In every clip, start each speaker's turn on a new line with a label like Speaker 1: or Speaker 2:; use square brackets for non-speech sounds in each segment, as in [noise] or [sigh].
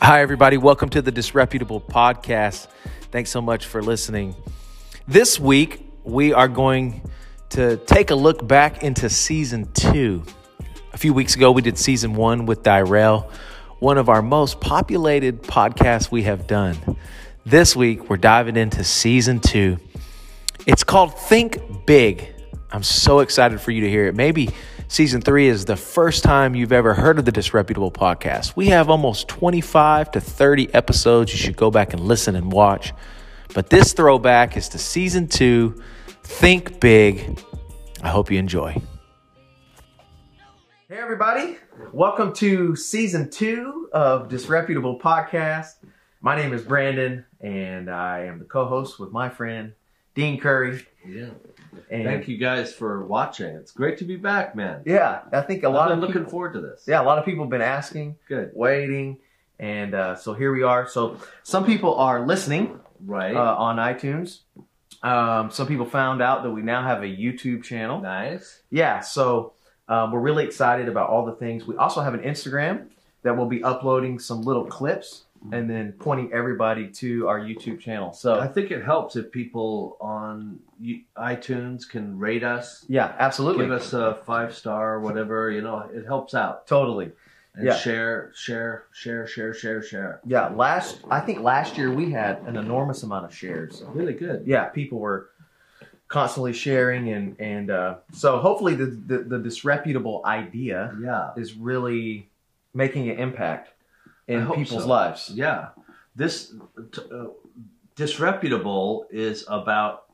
Speaker 1: Hi, everybody. Welcome to the Disreputable Podcast. Thanks so much for listening. This week, we are going to take a look back into season two. A few weeks ago, we did season one with Direl, one of our most populated podcasts we have done. This week, we're diving into season two. It's called Think Big. I'm so excited for you to hear it. Maybe season three is the first time you've ever heard of the Disreputable podcast. We have almost 25 to 30 episodes. You should go back and listen and watch. But this throwback is to season two Think Big. I hope you enjoy. Hey, everybody. Welcome to season two of Disreputable Podcast. My name is Brandon, and I am the co host with my friend, Dean Curry.
Speaker 2: Yeah.
Speaker 1: And
Speaker 2: Thank you guys for watching. It's great to be back, man.
Speaker 1: Yeah, I think a lot
Speaker 2: I've
Speaker 1: of
Speaker 2: been looking
Speaker 1: people,
Speaker 2: forward to this.
Speaker 1: yeah, a lot of people have been asking,
Speaker 2: Good.
Speaker 1: waiting, and uh, so here we are. So some people are listening
Speaker 2: Right.
Speaker 1: uh, on iTunes. Um, some people found out that we now have a YouTube channel.
Speaker 2: nice.
Speaker 1: Yeah, so um, we're really excited about all the things. We also have an Instagram that will be uploading some little clips and then pointing everybody to our YouTube channel.
Speaker 2: I
Speaker 1: So
Speaker 2: think it helps if people on you- iTunes can rate us,
Speaker 1: yeah, absolutely,
Speaker 2: give us a five star or whatever. You know, it helps out.
Speaker 1: totally.
Speaker 2: And
Speaker 1: Yeah.
Speaker 2: share, share, share, share, share, share.
Speaker 1: Yeah, last I think last year we had an enormous amount of shares.
Speaker 2: Really good.
Speaker 1: yeah, people were constantly sharing and and uh, so hopefully the, the the disreputable idea
Speaker 2: Yeah.
Speaker 1: is really making an impact
Speaker 2: I
Speaker 1: in
Speaker 2: hope
Speaker 1: people's
Speaker 2: so.
Speaker 1: lives.
Speaker 2: Yeah. This t- uh, disreputable is about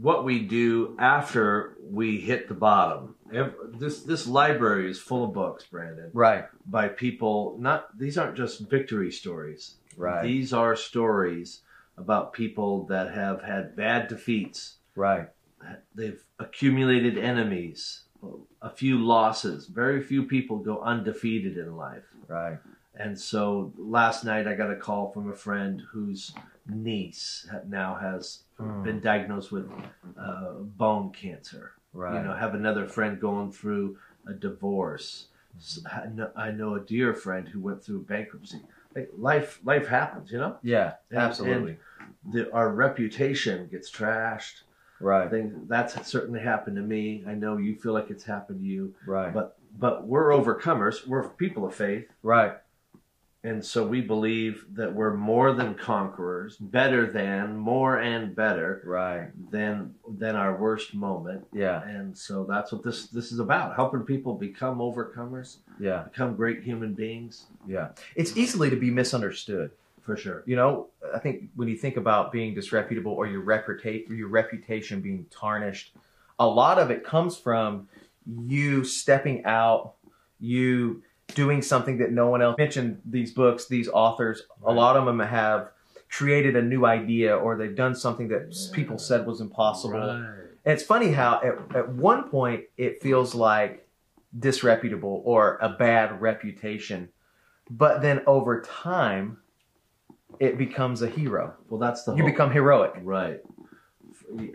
Speaker 2: what we do after we hit the bottom. Ev- This this library is full of books, Brandon,
Speaker 1: Right,
Speaker 2: by people. Not these aren't just victory stories.
Speaker 1: right,
Speaker 2: These are stories about people that have had bad defeats.
Speaker 1: right,
Speaker 2: They've accumulated enemies, a few losses. Very few people go undefeated in life.
Speaker 1: right.
Speaker 2: And so last night I got a call from a friend whose niece ha- now has
Speaker 3: Hmm.
Speaker 2: been diagnosed with uh, bone cancer.
Speaker 1: right.
Speaker 2: You know, have another friend going through a divorce. S- I know, I know a dear friend who went through bankruptcy. Like life, life happens. You know,
Speaker 1: yeah,
Speaker 2: And-
Speaker 1: absolutely.
Speaker 2: the, our reputation gets trashed. I
Speaker 1: right,
Speaker 2: think that's certainly happened to me. I know you feel like it's happened to you,
Speaker 1: right,
Speaker 2: but but we're overcomers. We're people of faith.
Speaker 1: right,
Speaker 2: And so we believe that we're more than conquerors, better than, more and better
Speaker 1: right.
Speaker 2: than than our worst moment.
Speaker 1: Yeah,
Speaker 2: And so that's what this this is about, helping people become overcomers,
Speaker 1: yeah,
Speaker 2: become great human beings,
Speaker 1: yeah. It's easily to be misunderstood.
Speaker 2: for sure.
Speaker 1: You know, I think when you think about being disreputable or your reputation, your reputation being tarnished, a lot of it comes from you stepping out, you doing something that no one else mentioned. These books, these authors, a
Speaker 2: Right.
Speaker 1: lot of them have created a new idea or they've done something that s- people said was impossible. And it's funny how at, at one point it feels like disreputable or a bad reputation, but then over time it becomes a hero.
Speaker 2: Well, that's the
Speaker 1: You
Speaker 2: hope.
Speaker 1: become heroic.
Speaker 2: right.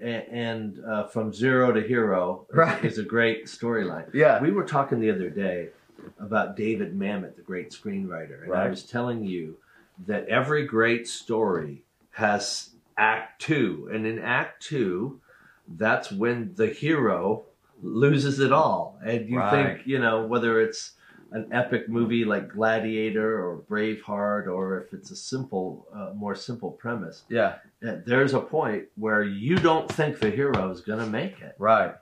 Speaker 2: A- And uh, from zero to hero is-
Speaker 1: Right.
Speaker 2: is a great storyline.
Speaker 1: Yeah.
Speaker 2: We were talking the other day about David Mamet, the great screenwriter, and I
Speaker 1: Right.
Speaker 2: was telling you that every great story has act two, and in act two, that's when the hero loses it all. And you
Speaker 1: Right.
Speaker 2: think, you know, whether it's an epic movie like Gladiator or Braveheart, or if it's a simple, uh, more simple premise,
Speaker 1: Yeah.
Speaker 2: uh, there's a point where you don't think the hero is going to make it
Speaker 1: Right.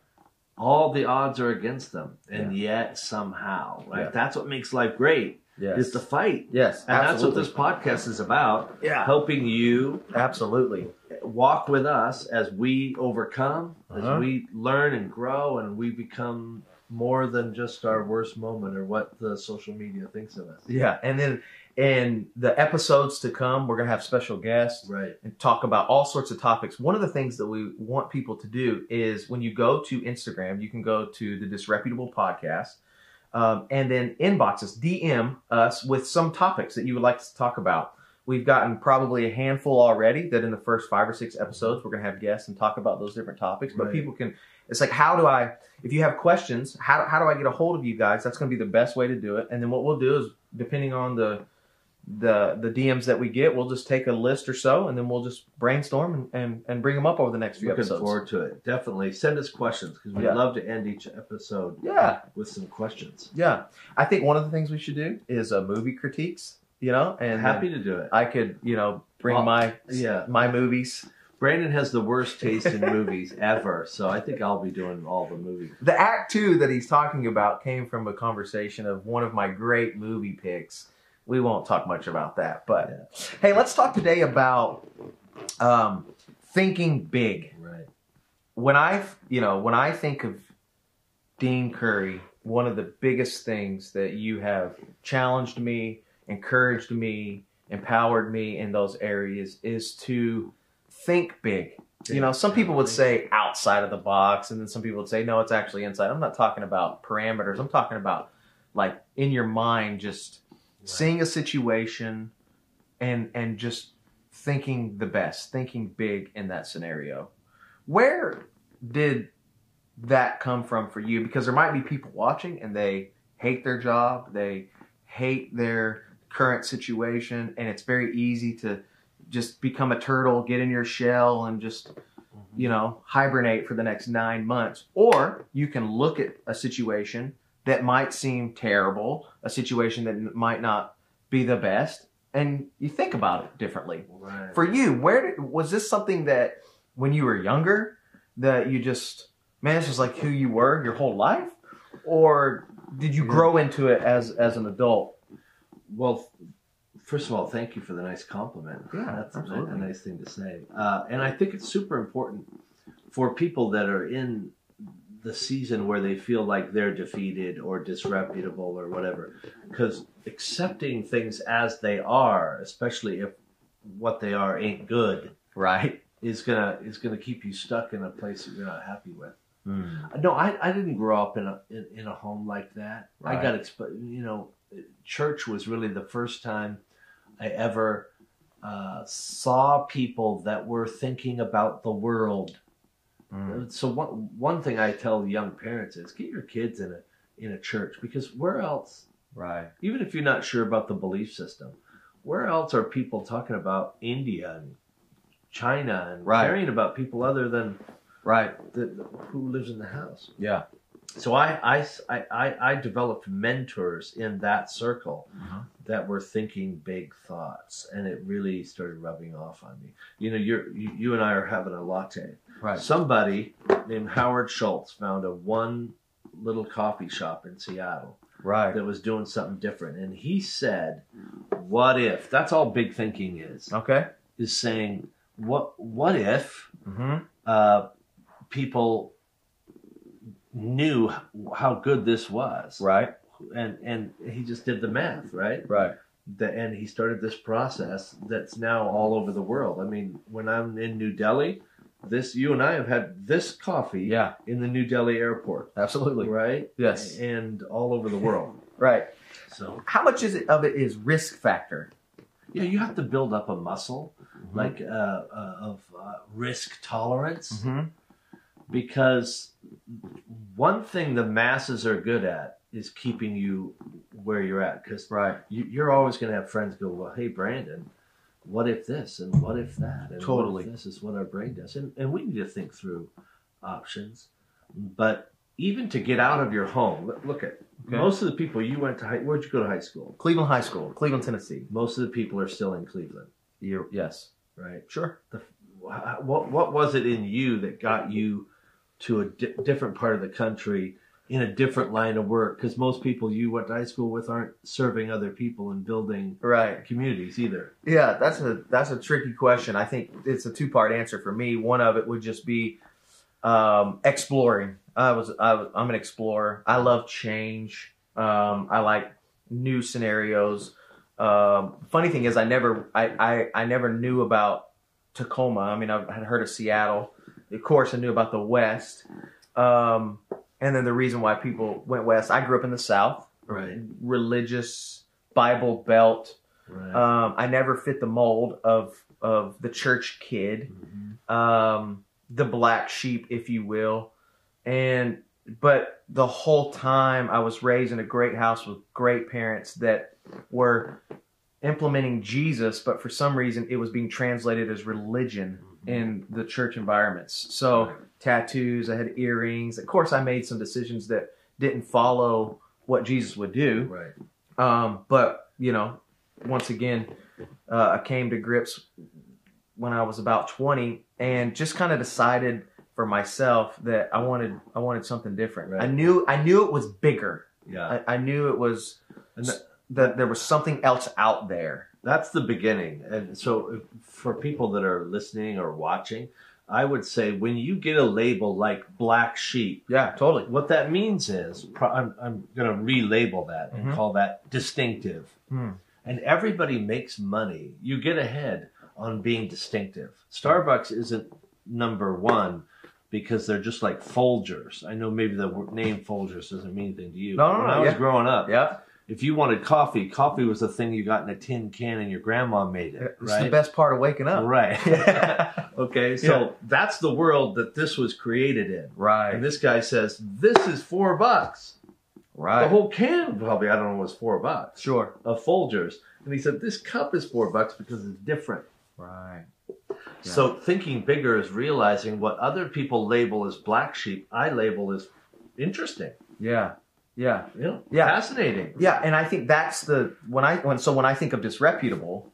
Speaker 2: all the odds are against them and yet somehow right
Speaker 1: Yeah.
Speaker 2: that's what makes life great
Speaker 1: Yes.
Speaker 2: is the fight
Speaker 1: yes.
Speaker 2: and
Speaker 1: Absolutely.
Speaker 2: that's what this podcast is about
Speaker 1: yeah.
Speaker 2: helping you
Speaker 1: Absolutely.
Speaker 2: walk with us as we overcome
Speaker 1: Uh-huh.
Speaker 2: as we learn and grow and we become more than just our worst moment or what the social media thinks of us
Speaker 1: Yeah. And then in the episodes to come, we're going to have special guests.
Speaker 2: right
Speaker 1: and talk about all sorts of topics. One of the things that we want people to do is when you go to Instagram, you can go to the Disreputable Podcast um, and then inbox us, DM us with some topics that you would like us to talk about. We've gotten probably a handful already that in the first five or six episodes, we're going to have guests and talk about those different topics. But
Speaker 2: Right.
Speaker 1: people can, it's like, how do I, if you have questions, how, how do I get a hold of you guys? That's going to be the best way to do it. And then what we'll do is, depending on the,
Speaker 3: the the DMs that we get. We'll just take a list or so, and then we'll just brainstorm and and, and bring them up over the next few
Speaker 2: Looking
Speaker 3: episodes.
Speaker 2: forward to it. Definitely send us questions because we
Speaker 3: Yeah.
Speaker 2: love to end each episode
Speaker 3: Yeah.
Speaker 2: with some questions.
Speaker 3: Yeah, I think one of the things we should do is uh, movie critiques. You know, and
Speaker 2: Happy to do it.
Speaker 3: I could you know bring
Speaker 2: Well,
Speaker 3: my
Speaker 2: yeah.
Speaker 3: my movies.
Speaker 2: Brandon has the [laughs] worst taste in movies ever, so I think I'll be doing all the movies.
Speaker 3: The act two that he's talking about came from a conversation of one of my great movie picks. We won't talk much about that, but hey, let's talk today about um, thinking big.
Speaker 2: Right.
Speaker 3: When I, you know, when I think of Dean Curry, one of the biggest things that you have challenged me, encouraged me, empowered me in those areas is to think big. You know, some people would say outside of the box, and then some people would say, no, it's actually inside. I'm not talking about parameters. I'm talking about like in your mind, just seeing a situation and and just thinking the best, thinking big in that scenario. Where did that come from for you? Because there might be people watching and they hate their job, they hate their current situation, and it's very easy to just become a turtle, get in your shell, and just you know hibernate for the next nine months. Or you can look at a situation that might seem terrible, a situation that n- might not be the best, and you think about it differently
Speaker 2: Right.
Speaker 3: for you where did, was this something that when you were younger that you just man this is like who you were your whole life or did you grow into it as as an adult
Speaker 2: Well, first of all, thank you for the nice compliment.
Speaker 3: Yeah,
Speaker 2: that's a, ni- a
Speaker 3: absolutely.
Speaker 2: nice thing to say. Uh, and I think it's super important for people that are in the season where they feel like they're defeated or disreputable or whatever, because accepting things as they are, especially if what they are ain't good,
Speaker 3: right
Speaker 2: is gonna is gonna keep you stuck in a place that you're not happy with. No, I, I didn't grow up in a in, in a home like that. I
Speaker 3: Right.
Speaker 2: got exposed. You know, church was really the first time I ever uh, saw people that were thinking about the world.
Speaker 3: Mm-hmm.
Speaker 2: So one one thing I tell young parents is get your kids in a in a church because where else,
Speaker 3: right
Speaker 2: even if you're not sure about the belief system, where else are people talking about India and China and
Speaker 3: Right.
Speaker 2: caring about people other than
Speaker 3: right
Speaker 2: the, the, who lives in the house?
Speaker 3: yeah
Speaker 2: so I, I, I- I, I developed mentors in that circle
Speaker 3: Mhm.
Speaker 2: that were thinking big thoughts and it really started rubbing off on me you know you're, you, you and i are having a latte
Speaker 3: right
Speaker 2: somebody named howard schultz found a one little coffee shop in seattle
Speaker 3: right
Speaker 2: that was doing something different and he said what if that's all big thinking is
Speaker 3: okay
Speaker 2: is saying what what if
Speaker 3: mm-hmm.
Speaker 2: uh, people knew h- how good this was
Speaker 3: right
Speaker 2: and and he just did the math right
Speaker 3: right
Speaker 2: the, and he started this process that's now all over the world i mean when i'm in new delhi this you and i have had this coffee
Speaker 3: yeah
Speaker 2: in the new delhi airport
Speaker 3: absolutely
Speaker 2: right
Speaker 3: Yes.
Speaker 2: and all over the world
Speaker 3: right
Speaker 2: so
Speaker 3: how much is it of it is risk factor
Speaker 2: yeah you have to build up a muscle like uh, uh, of uh, risk tolerance
Speaker 3: mm-hmm.
Speaker 2: because one thing the masses are good at is keeping you where you're at because
Speaker 3: right
Speaker 2: you, you're always going to have friends go well hey brandon what if this and what if that and what if
Speaker 3: Totally.
Speaker 2: this is what our brain does and, and we need to think through options but even to get out of your home look, look at
Speaker 3: Okay.
Speaker 2: most of the people you went to high where'd you go to high school
Speaker 3: cleveland high school cleveland tennessee
Speaker 2: most of the people are still in cleveland
Speaker 3: you yes
Speaker 2: right
Speaker 3: sure
Speaker 2: Wha- what what was it in you that got you to a di- different part of the country in a different line of work? Because most people you went to high school with aren't serving other people and building
Speaker 3: right
Speaker 2: communities either.
Speaker 3: Yeah, that's a that's a tricky question. I think it's a two part answer for me. One of it would just be um, exploring. I was, I was I'm an explorer. I love change. Um, I like new scenarios. Um, funny thing is, I never I, I I never knew about Tacoma. I mean, I had heard of Seattle. Of course, I knew about the West. Um, and then the reason why people went west. I grew up in the South,
Speaker 2: Right.
Speaker 3: religious Bible Belt.
Speaker 2: Right.
Speaker 3: Um, I never fit the mold of of the church kid,
Speaker 2: Mm-hmm.
Speaker 3: um, the black sheep, if you will, and but the whole time I was raised in a great house with great parents that were implementing Jesus, but for some reason it was being translated as religion in the church environments. So tattoos, I had earrings. Of course, I made some decisions that didn't follow what Jesus would do.
Speaker 2: Right.
Speaker 3: Um, but you know, once again, uh, I came to grips when I was about 20, and just kind of decided for myself that I wanted I wanted something different.
Speaker 2: Right.
Speaker 3: I knew I knew it was bigger.
Speaker 2: Yeah.
Speaker 3: I, I knew it was
Speaker 2: And that-
Speaker 3: that there was something else out there.
Speaker 2: that's the beginning. And so, if- for people that are listening or watching, I would say when you get a label like black sheep,
Speaker 3: Yeah, totally.
Speaker 2: what that means is pro- I'm, I'm going to relabel that and
Speaker 3: Mhm.
Speaker 2: call that distinctive.
Speaker 3: Hmm.
Speaker 2: And everybody makes money. You get ahead on being distinctive. Starbucks isn't number one because they're just like Folgers. I know maybe the word- name Folgers doesn't mean anything to you.
Speaker 3: No, no,
Speaker 2: when
Speaker 3: no,
Speaker 2: I was
Speaker 3: yeah.
Speaker 2: growing up,
Speaker 3: Yeah,
Speaker 2: if you wanted coffee, coffee was the thing you got in a tin can and your grandma made it.
Speaker 3: it's
Speaker 2: Right.
Speaker 3: the best part of waking up. [laughs]
Speaker 2: Right. [laughs] okay. So that's the world that this was created in. And
Speaker 3: Right,
Speaker 2: this guy says, This is four bucks.
Speaker 3: right.
Speaker 2: The whole can probably, I don't know, was four bucks
Speaker 3: sure.
Speaker 2: of Folgers. And he said, This cup is four bucks because it's different.
Speaker 3: Right. Yeah.
Speaker 2: So thinking bigger is realizing what other people label as black sheep, I label as interesting.
Speaker 3: Yeah. Yeah.
Speaker 2: You know,
Speaker 3: Yeah.
Speaker 2: fascinating.
Speaker 3: Yeah, and I think that's the when I when so when I think of disreputable,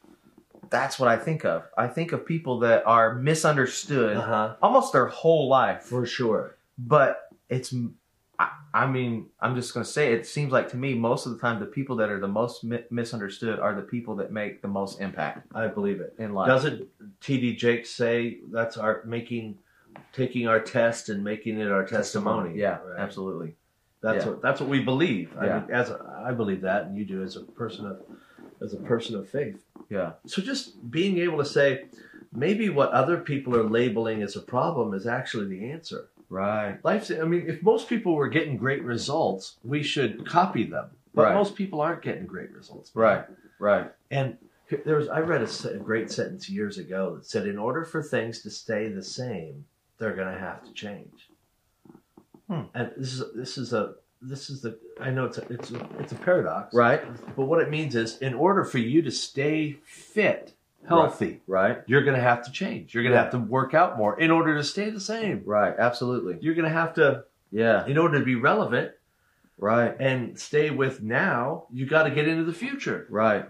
Speaker 3: that's what I think of. I think of people that are misunderstood
Speaker 2: Uh huh.
Speaker 3: almost their whole life.
Speaker 2: For sure.
Speaker 3: But it's I, I mean, I'm just going to say it seems like to me most of the time the people that are the most mi- misunderstood are the people that make the most impact
Speaker 2: I believe it.
Speaker 3: in life.
Speaker 2: Doesn't TD Jake say that's our making, taking our test and making it our testimony?
Speaker 3: Yeah,
Speaker 2: Right.
Speaker 3: absolutely.
Speaker 2: That's
Speaker 3: Yeah.
Speaker 2: what that's what we believe. I
Speaker 3: Yeah.
Speaker 2: mean, as a, I believe that, and you do as a person of as a person of faith.
Speaker 3: Yeah.
Speaker 2: So just being able to say, maybe what other people are labeling as a problem is actually the answer.
Speaker 3: Right.
Speaker 2: Life's. I mean, if most people were getting great results, we should copy them. But
Speaker 3: Right.
Speaker 2: most people aren't getting great results.
Speaker 3: Right. Right.
Speaker 2: And there was I read a se- a great sentence years ago that said, in order for things to stay the same, they're going to have to change.
Speaker 3: Hmm.
Speaker 2: And this is this is a this is the I know it's a, it's a, it's a paradox,
Speaker 3: Right.
Speaker 2: But what it means is, in order for you to stay fit, healthy,
Speaker 3: Right.
Speaker 2: you're going to have to change. You're going to
Speaker 3: Yeah.
Speaker 2: have to work out more in order to stay the same.
Speaker 3: Right. Absolutely.
Speaker 2: You're going to have to,
Speaker 3: Yeah.
Speaker 2: in order to be relevant
Speaker 3: Right.
Speaker 2: and stay with now, you got to get into the future
Speaker 3: Right.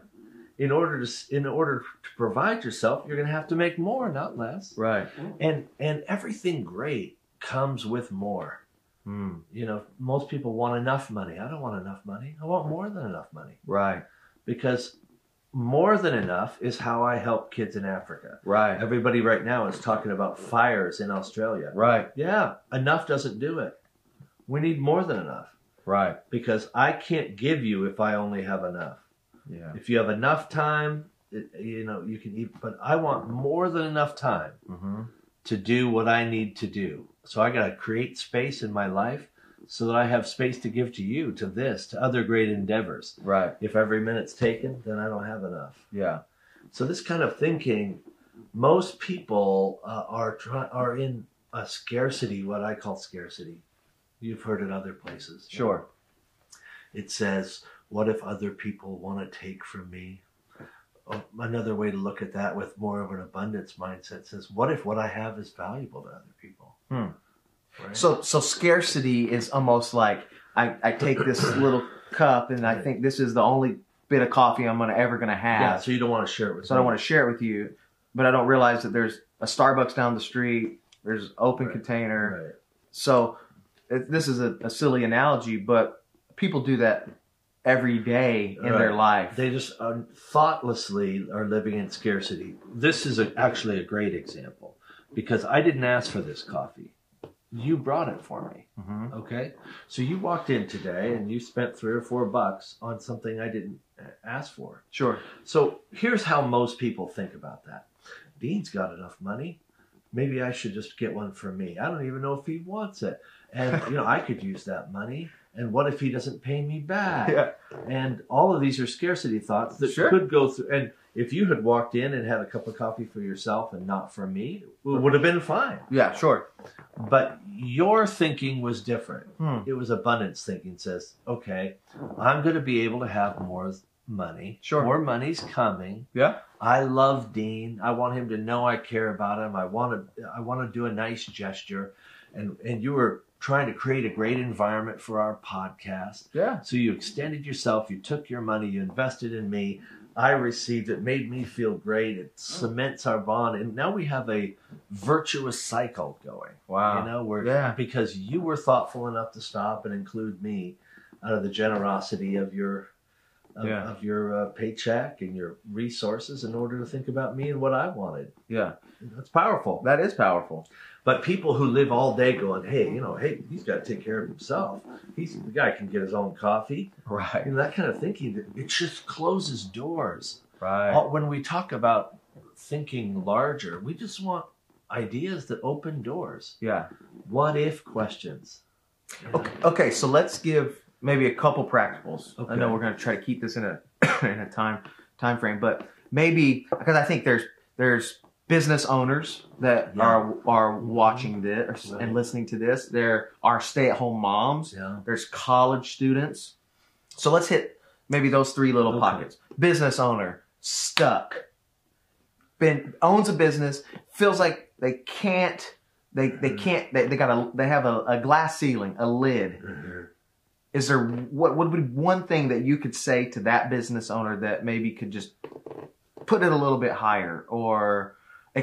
Speaker 2: in order to in order to provide yourself you're going to have to make more not less
Speaker 3: Right.
Speaker 2: and and everything great comes with more
Speaker 3: Mm.
Speaker 2: you know most people want enough money i don't want enough money i want more than enough money
Speaker 3: Right.
Speaker 2: because more than enough is how i help kids in africa
Speaker 3: Right.
Speaker 2: everybody right now is talking about fires in australia
Speaker 3: Right.
Speaker 2: yeah enough doesn't do it we need more than enough
Speaker 3: Right.
Speaker 2: because i can't give you if i only have enough
Speaker 3: Yeah.
Speaker 2: if you have enough time it, you know you can eat but i want more than enough time
Speaker 3: Mm-hmm.
Speaker 2: to do what i need to do so i got to create space in my life so that i have space to give to you to this to other great endeavors
Speaker 3: Right.
Speaker 2: if every minute's taken then i don't have enough
Speaker 3: Yeah.
Speaker 2: so this kind of thinking most people uh, are try- are in a scarcity what i call scarcity you've heard it other places
Speaker 3: Sure.
Speaker 2: it says, What if other people want to take from me? Oh, Another way to look at that with more of an abundance mindset says, What if what I have is valuable to other people?
Speaker 3: Hmm.
Speaker 2: Right?
Speaker 3: So so scarcity is almost like I, I take [coughs] this little cup and I think this is the only bit of coffee I'm gonna ever gonna have.
Speaker 2: yeah, so you don't want to share it with
Speaker 3: So I don't want to share it with you, but I don't realize that there's a Starbucks down the street. There's open
Speaker 2: Right.
Speaker 3: container.
Speaker 2: Right.
Speaker 3: So it, this is a, a silly analogy, but people do that every day in their
Speaker 2: Right.
Speaker 3: life.
Speaker 2: They just um, thoughtlessly are living in scarcity. This is a, actually a great example because I didn't ask for this coffee. You brought it for me.
Speaker 3: Mhm.
Speaker 2: Okay. So you walked in today and you spent three or four bucks on something I didn't uh, ask for.
Speaker 3: Sure.
Speaker 2: So here's how most people think about that. Dean's got enough money. Maybe I should just get one for me. I don't even know if he wants it. And you know, I could use that money. And what if he doesn't pay me back?
Speaker 3: [laughs] Yeah.
Speaker 2: And all of these are scarcity thoughts that
Speaker 3: Sure.
Speaker 2: could go through and if you had walked in and had a cup of coffee for yourself and not for me, it would have been fine.
Speaker 3: Yeah. Sure.
Speaker 2: But your thinking was different.
Speaker 3: Hmm.
Speaker 2: It was abundance thinking says, okay, I'm going to be able to have more money.
Speaker 3: Sure.
Speaker 2: More money's coming.
Speaker 3: Yeah.
Speaker 2: I love Dean. I want him to know I care about him. I want to I want to do a nice gesture. And and you were trying to create a great environment for our podcast.
Speaker 3: Yeah.
Speaker 2: So you extended yourself, you took your money, you invested in me. I received it, made me feel great.
Speaker 3: Mm.
Speaker 2: It cements our bond. And now we have a virtuous cycle going.
Speaker 3: Wow.
Speaker 2: You know, where
Speaker 3: Yeah.
Speaker 2: because you were thoughtful enough to stop and include me out of the generosity of your of,
Speaker 3: Yeah.
Speaker 2: of your uh, paycheck and your resources in order to think about me and what I wanted.
Speaker 3: yeah.
Speaker 2: That's powerful.
Speaker 3: That is powerful.
Speaker 2: But people who live all day going, hey, you know, hey, he's got to take care of himself. He's the guy can get his own coffee
Speaker 3: Right.
Speaker 2: you know, that kind of thinking it just closes doors
Speaker 3: Right.
Speaker 2: Uh, when we talk about thinking larger we just want ideas that open doors
Speaker 3: Yeah.
Speaker 2: what if questions
Speaker 3: Okay. Okay. So let's give maybe a couple practicals. I
Speaker 2: Okay.
Speaker 3: know we're going to try to keep this in a [coughs] in a time time frame, but maybe because I think there's there's business owners that
Speaker 2: Yeah.
Speaker 3: are are watching this
Speaker 2: Right.
Speaker 3: and listening to this. There are stay at home moms.
Speaker 2: yeah
Speaker 3: There's college students. So let's hit maybe those three little
Speaker 2: Okay.
Speaker 3: pockets. Business owner stuck. Been owns a business, feels like they can't they they
Speaker 2: Mm.
Speaker 3: can't they, they got a they have a, a glass ceiling, a lid. Is there what would be one thing that you could say to that business owner that maybe could just put it a little bit higher or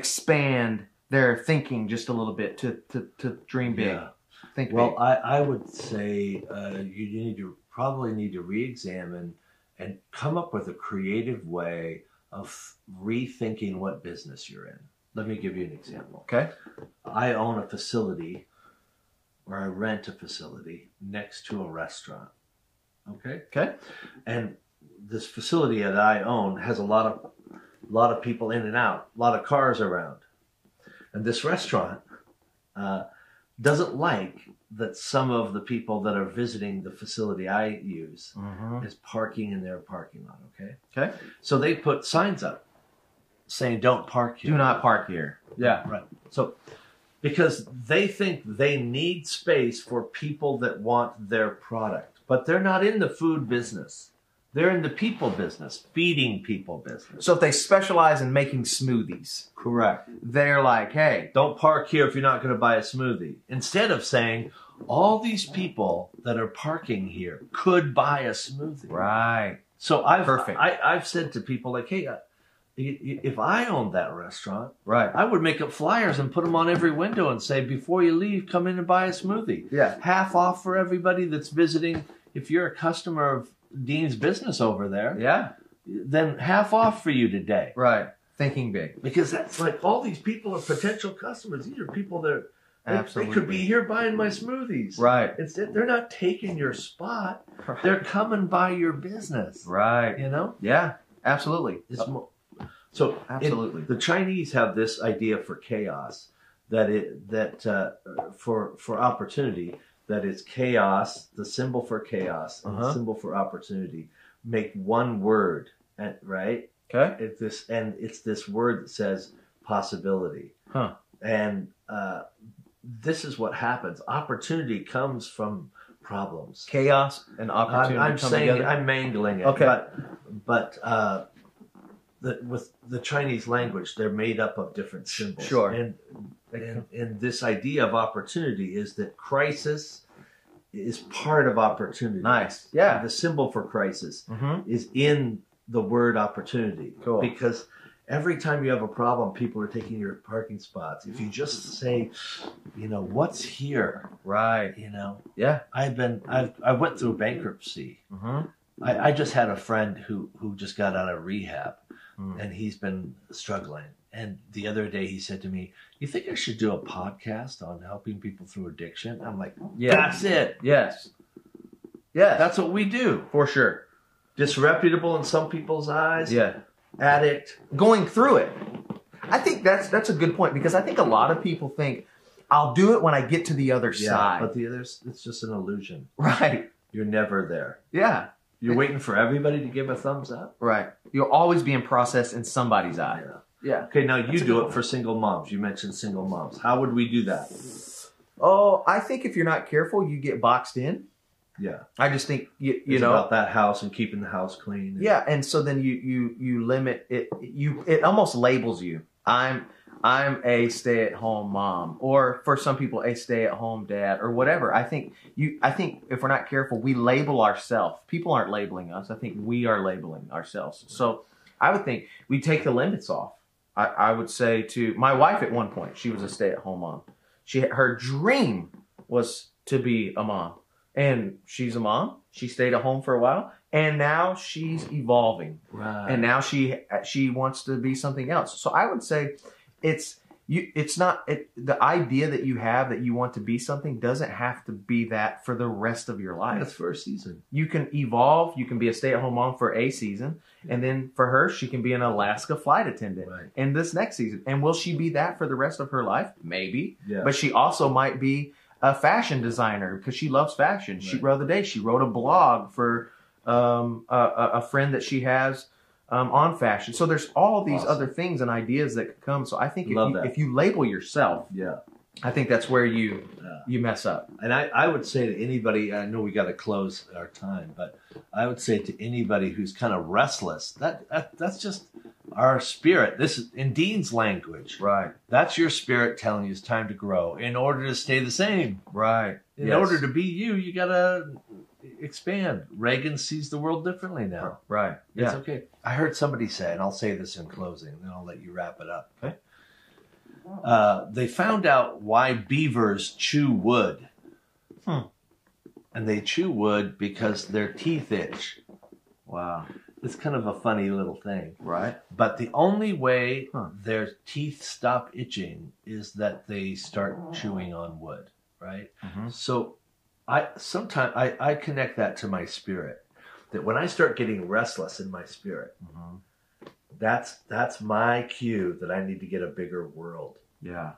Speaker 3: expand their thinking just a little bit to to, to dream big.
Speaker 2: yeah
Speaker 3: Think
Speaker 2: well i i would say uh, you need to probably need to re-examine and come up with a creative way of rethinking what business you're in let me give you an example
Speaker 3: big. Okay.
Speaker 2: I own a facility or I rent a facility next to a restaurant. Okay?
Speaker 3: Okay.
Speaker 2: And this facility that I own has a lot of lot of people in and out, a lot of cars around. And this restaurant uh, doesn't like that some of the people that are visiting the facility I use
Speaker 3: Mm-hmm.
Speaker 2: is parking in their parking lot, okay?
Speaker 3: Okay.
Speaker 2: So they put signs up saying don't park here.
Speaker 3: Do not park here. Yeah.
Speaker 2: Right. So, because they think they need space for people that want their product, but they're not in the food business. They're in the people business, feeding people business.
Speaker 3: So if they specialize in making smoothies,
Speaker 2: Correct.
Speaker 3: they're like, hey,
Speaker 2: Don't park here if you're not going to buy a smoothie. Instead of saying, all these people that are parking here could buy a smoothie.
Speaker 3: right,
Speaker 2: So I've
Speaker 3: Perfect.
Speaker 2: I, I've said to people like, hey, uh, i- i- if I owned that restaurant,
Speaker 3: right,
Speaker 2: I would make up flyers and put them on every window and say, before you leave, come in and buy a smoothie.
Speaker 3: yeah,
Speaker 2: Half off for everybody that's visiting. If you're a customer of Dean's business over there,
Speaker 3: yeah,
Speaker 2: then half off for you today.
Speaker 3: right. Thinking big,
Speaker 2: Because that's like all these people are potential customers. These are people that are- they-
Speaker 3: absolutely.
Speaker 2: they could be here buying my smoothies.
Speaker 3: right,
Speaker 2: Instead, they're not taking your spot.
Speaker 3: Right.
Speaker 2: They're coming by your business.
Speaker 3: right,
Speaker 2: You know,
Speaker 3: yeah, absolutely,
Speaker 2: it's mo- so it-
Speaker 3: absolutely,
Speaker 2: The Chinese have this idea for chaos that it that uh, for for opportunity that it's chaos. The symbol for chaos, and
Speaker 3: Uh-huh.
Speaker 2: the symbol for opportunity, make one word, and, right?
Speaker 3: okay,
Speaker 2: It's this and it's this word that says possibility.
Speaker 3: Huh.
Speaker 2: And uh, this is what happens. Opportunity comes from problems.
Speaker 3: chaos and
Speaker 2: I'm,
Speaker 3: opportunity
Speaker 2: I'm
Speaker 3: come
Speaker 2: saying
Speaker 3: together.
Speaker 2: I'm mangling it.
Speaker 3: Okay.
Speaker 2: But, but uh, the, with the Chinese language, they're made up of different symbols.
Speaker 3: Sure.
Speaker 2: And, and and this idea of opportunity is that crisis is part of opportunity.
Speaker 3: Nice. Yeah.
Speaker 2: And the symbol for crisis
Speaker 3: mm-hmm.
Speaker 2: is in the word opportunity.
Speaker 3: Cool.
Speaker 2: Because every time you have a problem, people are taking your parking spots. If you just say, you know, what's here,
Speaker 3: Right,
Speaker 2: you know,
Speaker 3: yeah,
Speaker 2: I've been I've I went through bankruptcy.
Speaker 3: mm-hmm.
Speaker 2: I, I just had a friend who who just got out of rehab
Speaker 3: Mm.
Speaker 2: and he's been struggling. And the other day he said to me, "You think I should do a podcast on helping people through addiction?" I'm like,
Speaker 3: yes,
Speaker 2: "That's it.
Speaker 3: yes, yes,
Speaker 2: That's what we do.
Speaker 3: for sure.
Speaker 2: Disreputable in some people's eyes,
Speaker 3: Yeah,
Speaker 2: addict.
Speaker 3: going through it. I think that's that's a good point because I think a lot of people think I'll do it when I get to the other side.
Speaker 2: but the others, it's just an illusion.
Speaker 3: [laughs] right.
Speaker 2: You're never there.
Speaker 3: Yeah.
Speaker 2: You're waiting for everybody to give a thumbs up.
Speaker 3: Right. You'll always be in process in somebody's eye.
Speaker 2: Yeah.
Speaker 3: Yeah.
Speaker 2: Okay, now you
Speaker 3: That's a
Speaker 2: do
Speaker 3: good
Speaker 2: it for single moms. You mentioned single moms. How would we do that?
Speaker 3: Oh, I think if you're not careful, you get boxed in.
Speaker 2: Yeah.
Speaker 3: I just think you, you
Speaker 2: It's
Speaker 3: know
Speaker 2: about that house and keeping the house clean.
Speaker 3: yeah and so then you you you limit it you it almost labels you i'm i'm a stay-at-home mom or for some people a stay-at-home dad or whatever i think you i think if we're not careful we label ourselves people aren't labeling us i think we are labeling ourselves so i would think we take the limits off i, I would say to my wife at one point she was a stay-at-home mom she her dream was to be a mom and she's a mom she stayed at home for a while and now she's evolving
Speaker 2: Right.
Speaker 3: and now she she wants to be something else so i would say it's you it's not it, the idea that you have that you want to be something doesn't have to be that for the rest of your life
Speaker 2: that's first season.
Speaker 3: you can evolve you can be a stay-at-home mom for a season and then for her she can be an alaska flight attendant
Speaker 2: Right.
Speaker 3: in this next season and will she be that for the rest of her life maybe
Speaker 2: Yeah.
Speaker 3: but she also might be a fashion designer because she loves fashion. She
Speaker 2: Right.
Speaker 3: the other day she wrote a blog for um, a, a a friend that she has um, on fashion. So there's all these
Speaker 2: Awesome.
Speaker 3: other things and ideas that could come. So I think if
Speaker 2: Love
Speaker 3: you,
Speaker 2: that.
Speaker 3: if you label yourself,
Speaker 2: yeah.
Speaker 3: I think that's where you
Speaker 2: Yeah.
Speaker 3: you mess up.
Speaker 2: And I, I would say to anybody, I know we got to close our time, but I would say to anybody who's kind of restless, that, that that's just our spirit. This is in Dean's language.
Speaker 3: Right.
Speaker 2: That's your spirit telling you it's time to grow. In order to stay the same,
Speaker 3: Right.
Speaker 2: in order to be you, you gotta expand. Reagan sees the world differently now.
Speaker 3: Right.
Speaker 2: It's
Speaker 3: Yeah.
Speaker 2: okay. I heard somebody say, and I'll say this in closing, and then I'll let you wrap it up. Okay. Uh, they found out why beavers chew wood.
Speaker 3: Hmm.
Speaker 2: And they chew wood because their teeth itch.
Speaker 3: Wow.
Speaker 2: It's kind of a funny little thing.
Speaker 3: Right.
Speaker 2: But the only way
Speaker 3: Huh.
Speaker 2: their teeth stop itching is that they start chewing on wood, right?
Speaker 3: Mhm.
Speaker 2: So I sometimes I, I connect that to my spirit. That when I start getting restless in my spirit,
Speaker 3: Mhm.
Speaker 2: that's that's my cue that I need to get a bigger world.
Speaker 3: Yeah.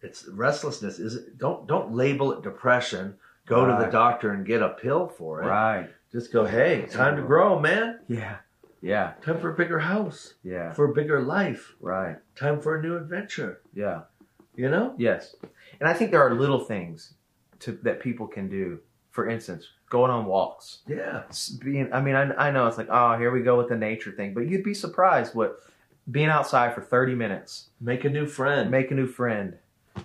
Speaker 2: It's restlessness is don't don't label it depression. Go to
Speaker 3: Right.
Speaker 2: the doctor and get a pill for it.
Speaker 3: Right.
Speaker 2: Just go, hey, time to grow, man.
Speaker 3: Yeah. Yeah.
Speaker 2: Time for a bigger house,
Speaker 3: Yeah.
Speaker 2: for a bigger life,
Speaker 3: Right.
Speaker 2: time for a new adventure.
Speaker 3: Yeah.
Speaker 2: You know?
Speaker 3: Yes. And I think there are little things to, that people can do. For instance, going on walks.
Speaker 2: Yeah.
Speaker 3: S- Being, I mean, I, I know it's like, oh, here we go with the nature thing, but you'd be surprised what being outside for 30 minutes,
Speaker 2: Make a new friend.
Speaker 3: make a new friend,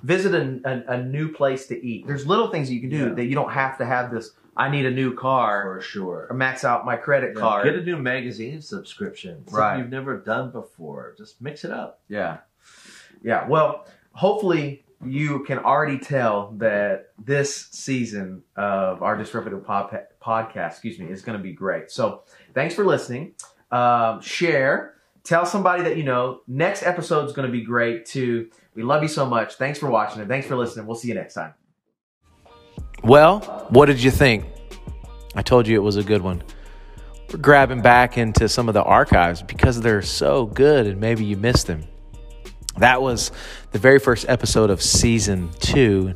Speaker 3: visit a, a, a new place to eat. There's little things that you can do
Speaker 2: Yeah.
Speaker 3: that you don't have to have this, I need a new car
Speaker 2: for sure.
Speaker 3: or max out my credit
Speaker 2: Yeah,
Speaker 3: card.
Speaker 2: Get a new magazine subscription. Something
Speaker 3: Right.
Speaker 2: you've never done before. Just mix it up.
Speaker 3: Yeah. Yeah. Well, hopefully you can already tell that this season of our Disruptive Pod- podcast, excuse me, is going to be great. So thanks for listening. Um, share. Tell somebody that you know. Next episode is going to be great too. We love you so much. Thanks for watching and thanks for listening. We'll see you next time.
Speaker 1: Well, what did you think? I told you it was a good one. We're grabbing back into some of the archives because they're so good and maybe you missed them. That was the very first episode of season two.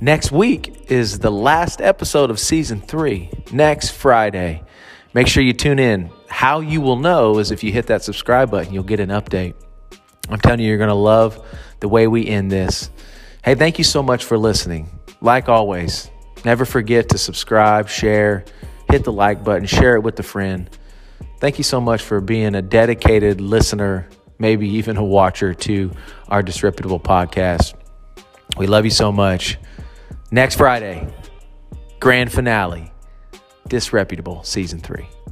Speaker 1: Next week is the last episode of season three, next Friday. Make sure you tune in. How you will know is if you hit that subscribe button, you'll get an update. I'm telling you, you're going to love the way we end this. Hey, thank you so much for listening. Like always, never forget to subscribe, share, hit the like button, share it with a friend. Thank you so much for being a dedicated listener, maybe even a watcher to our Disreputable podcast. We love you so much. Next Friday, grand finale, Disreputable Season 3.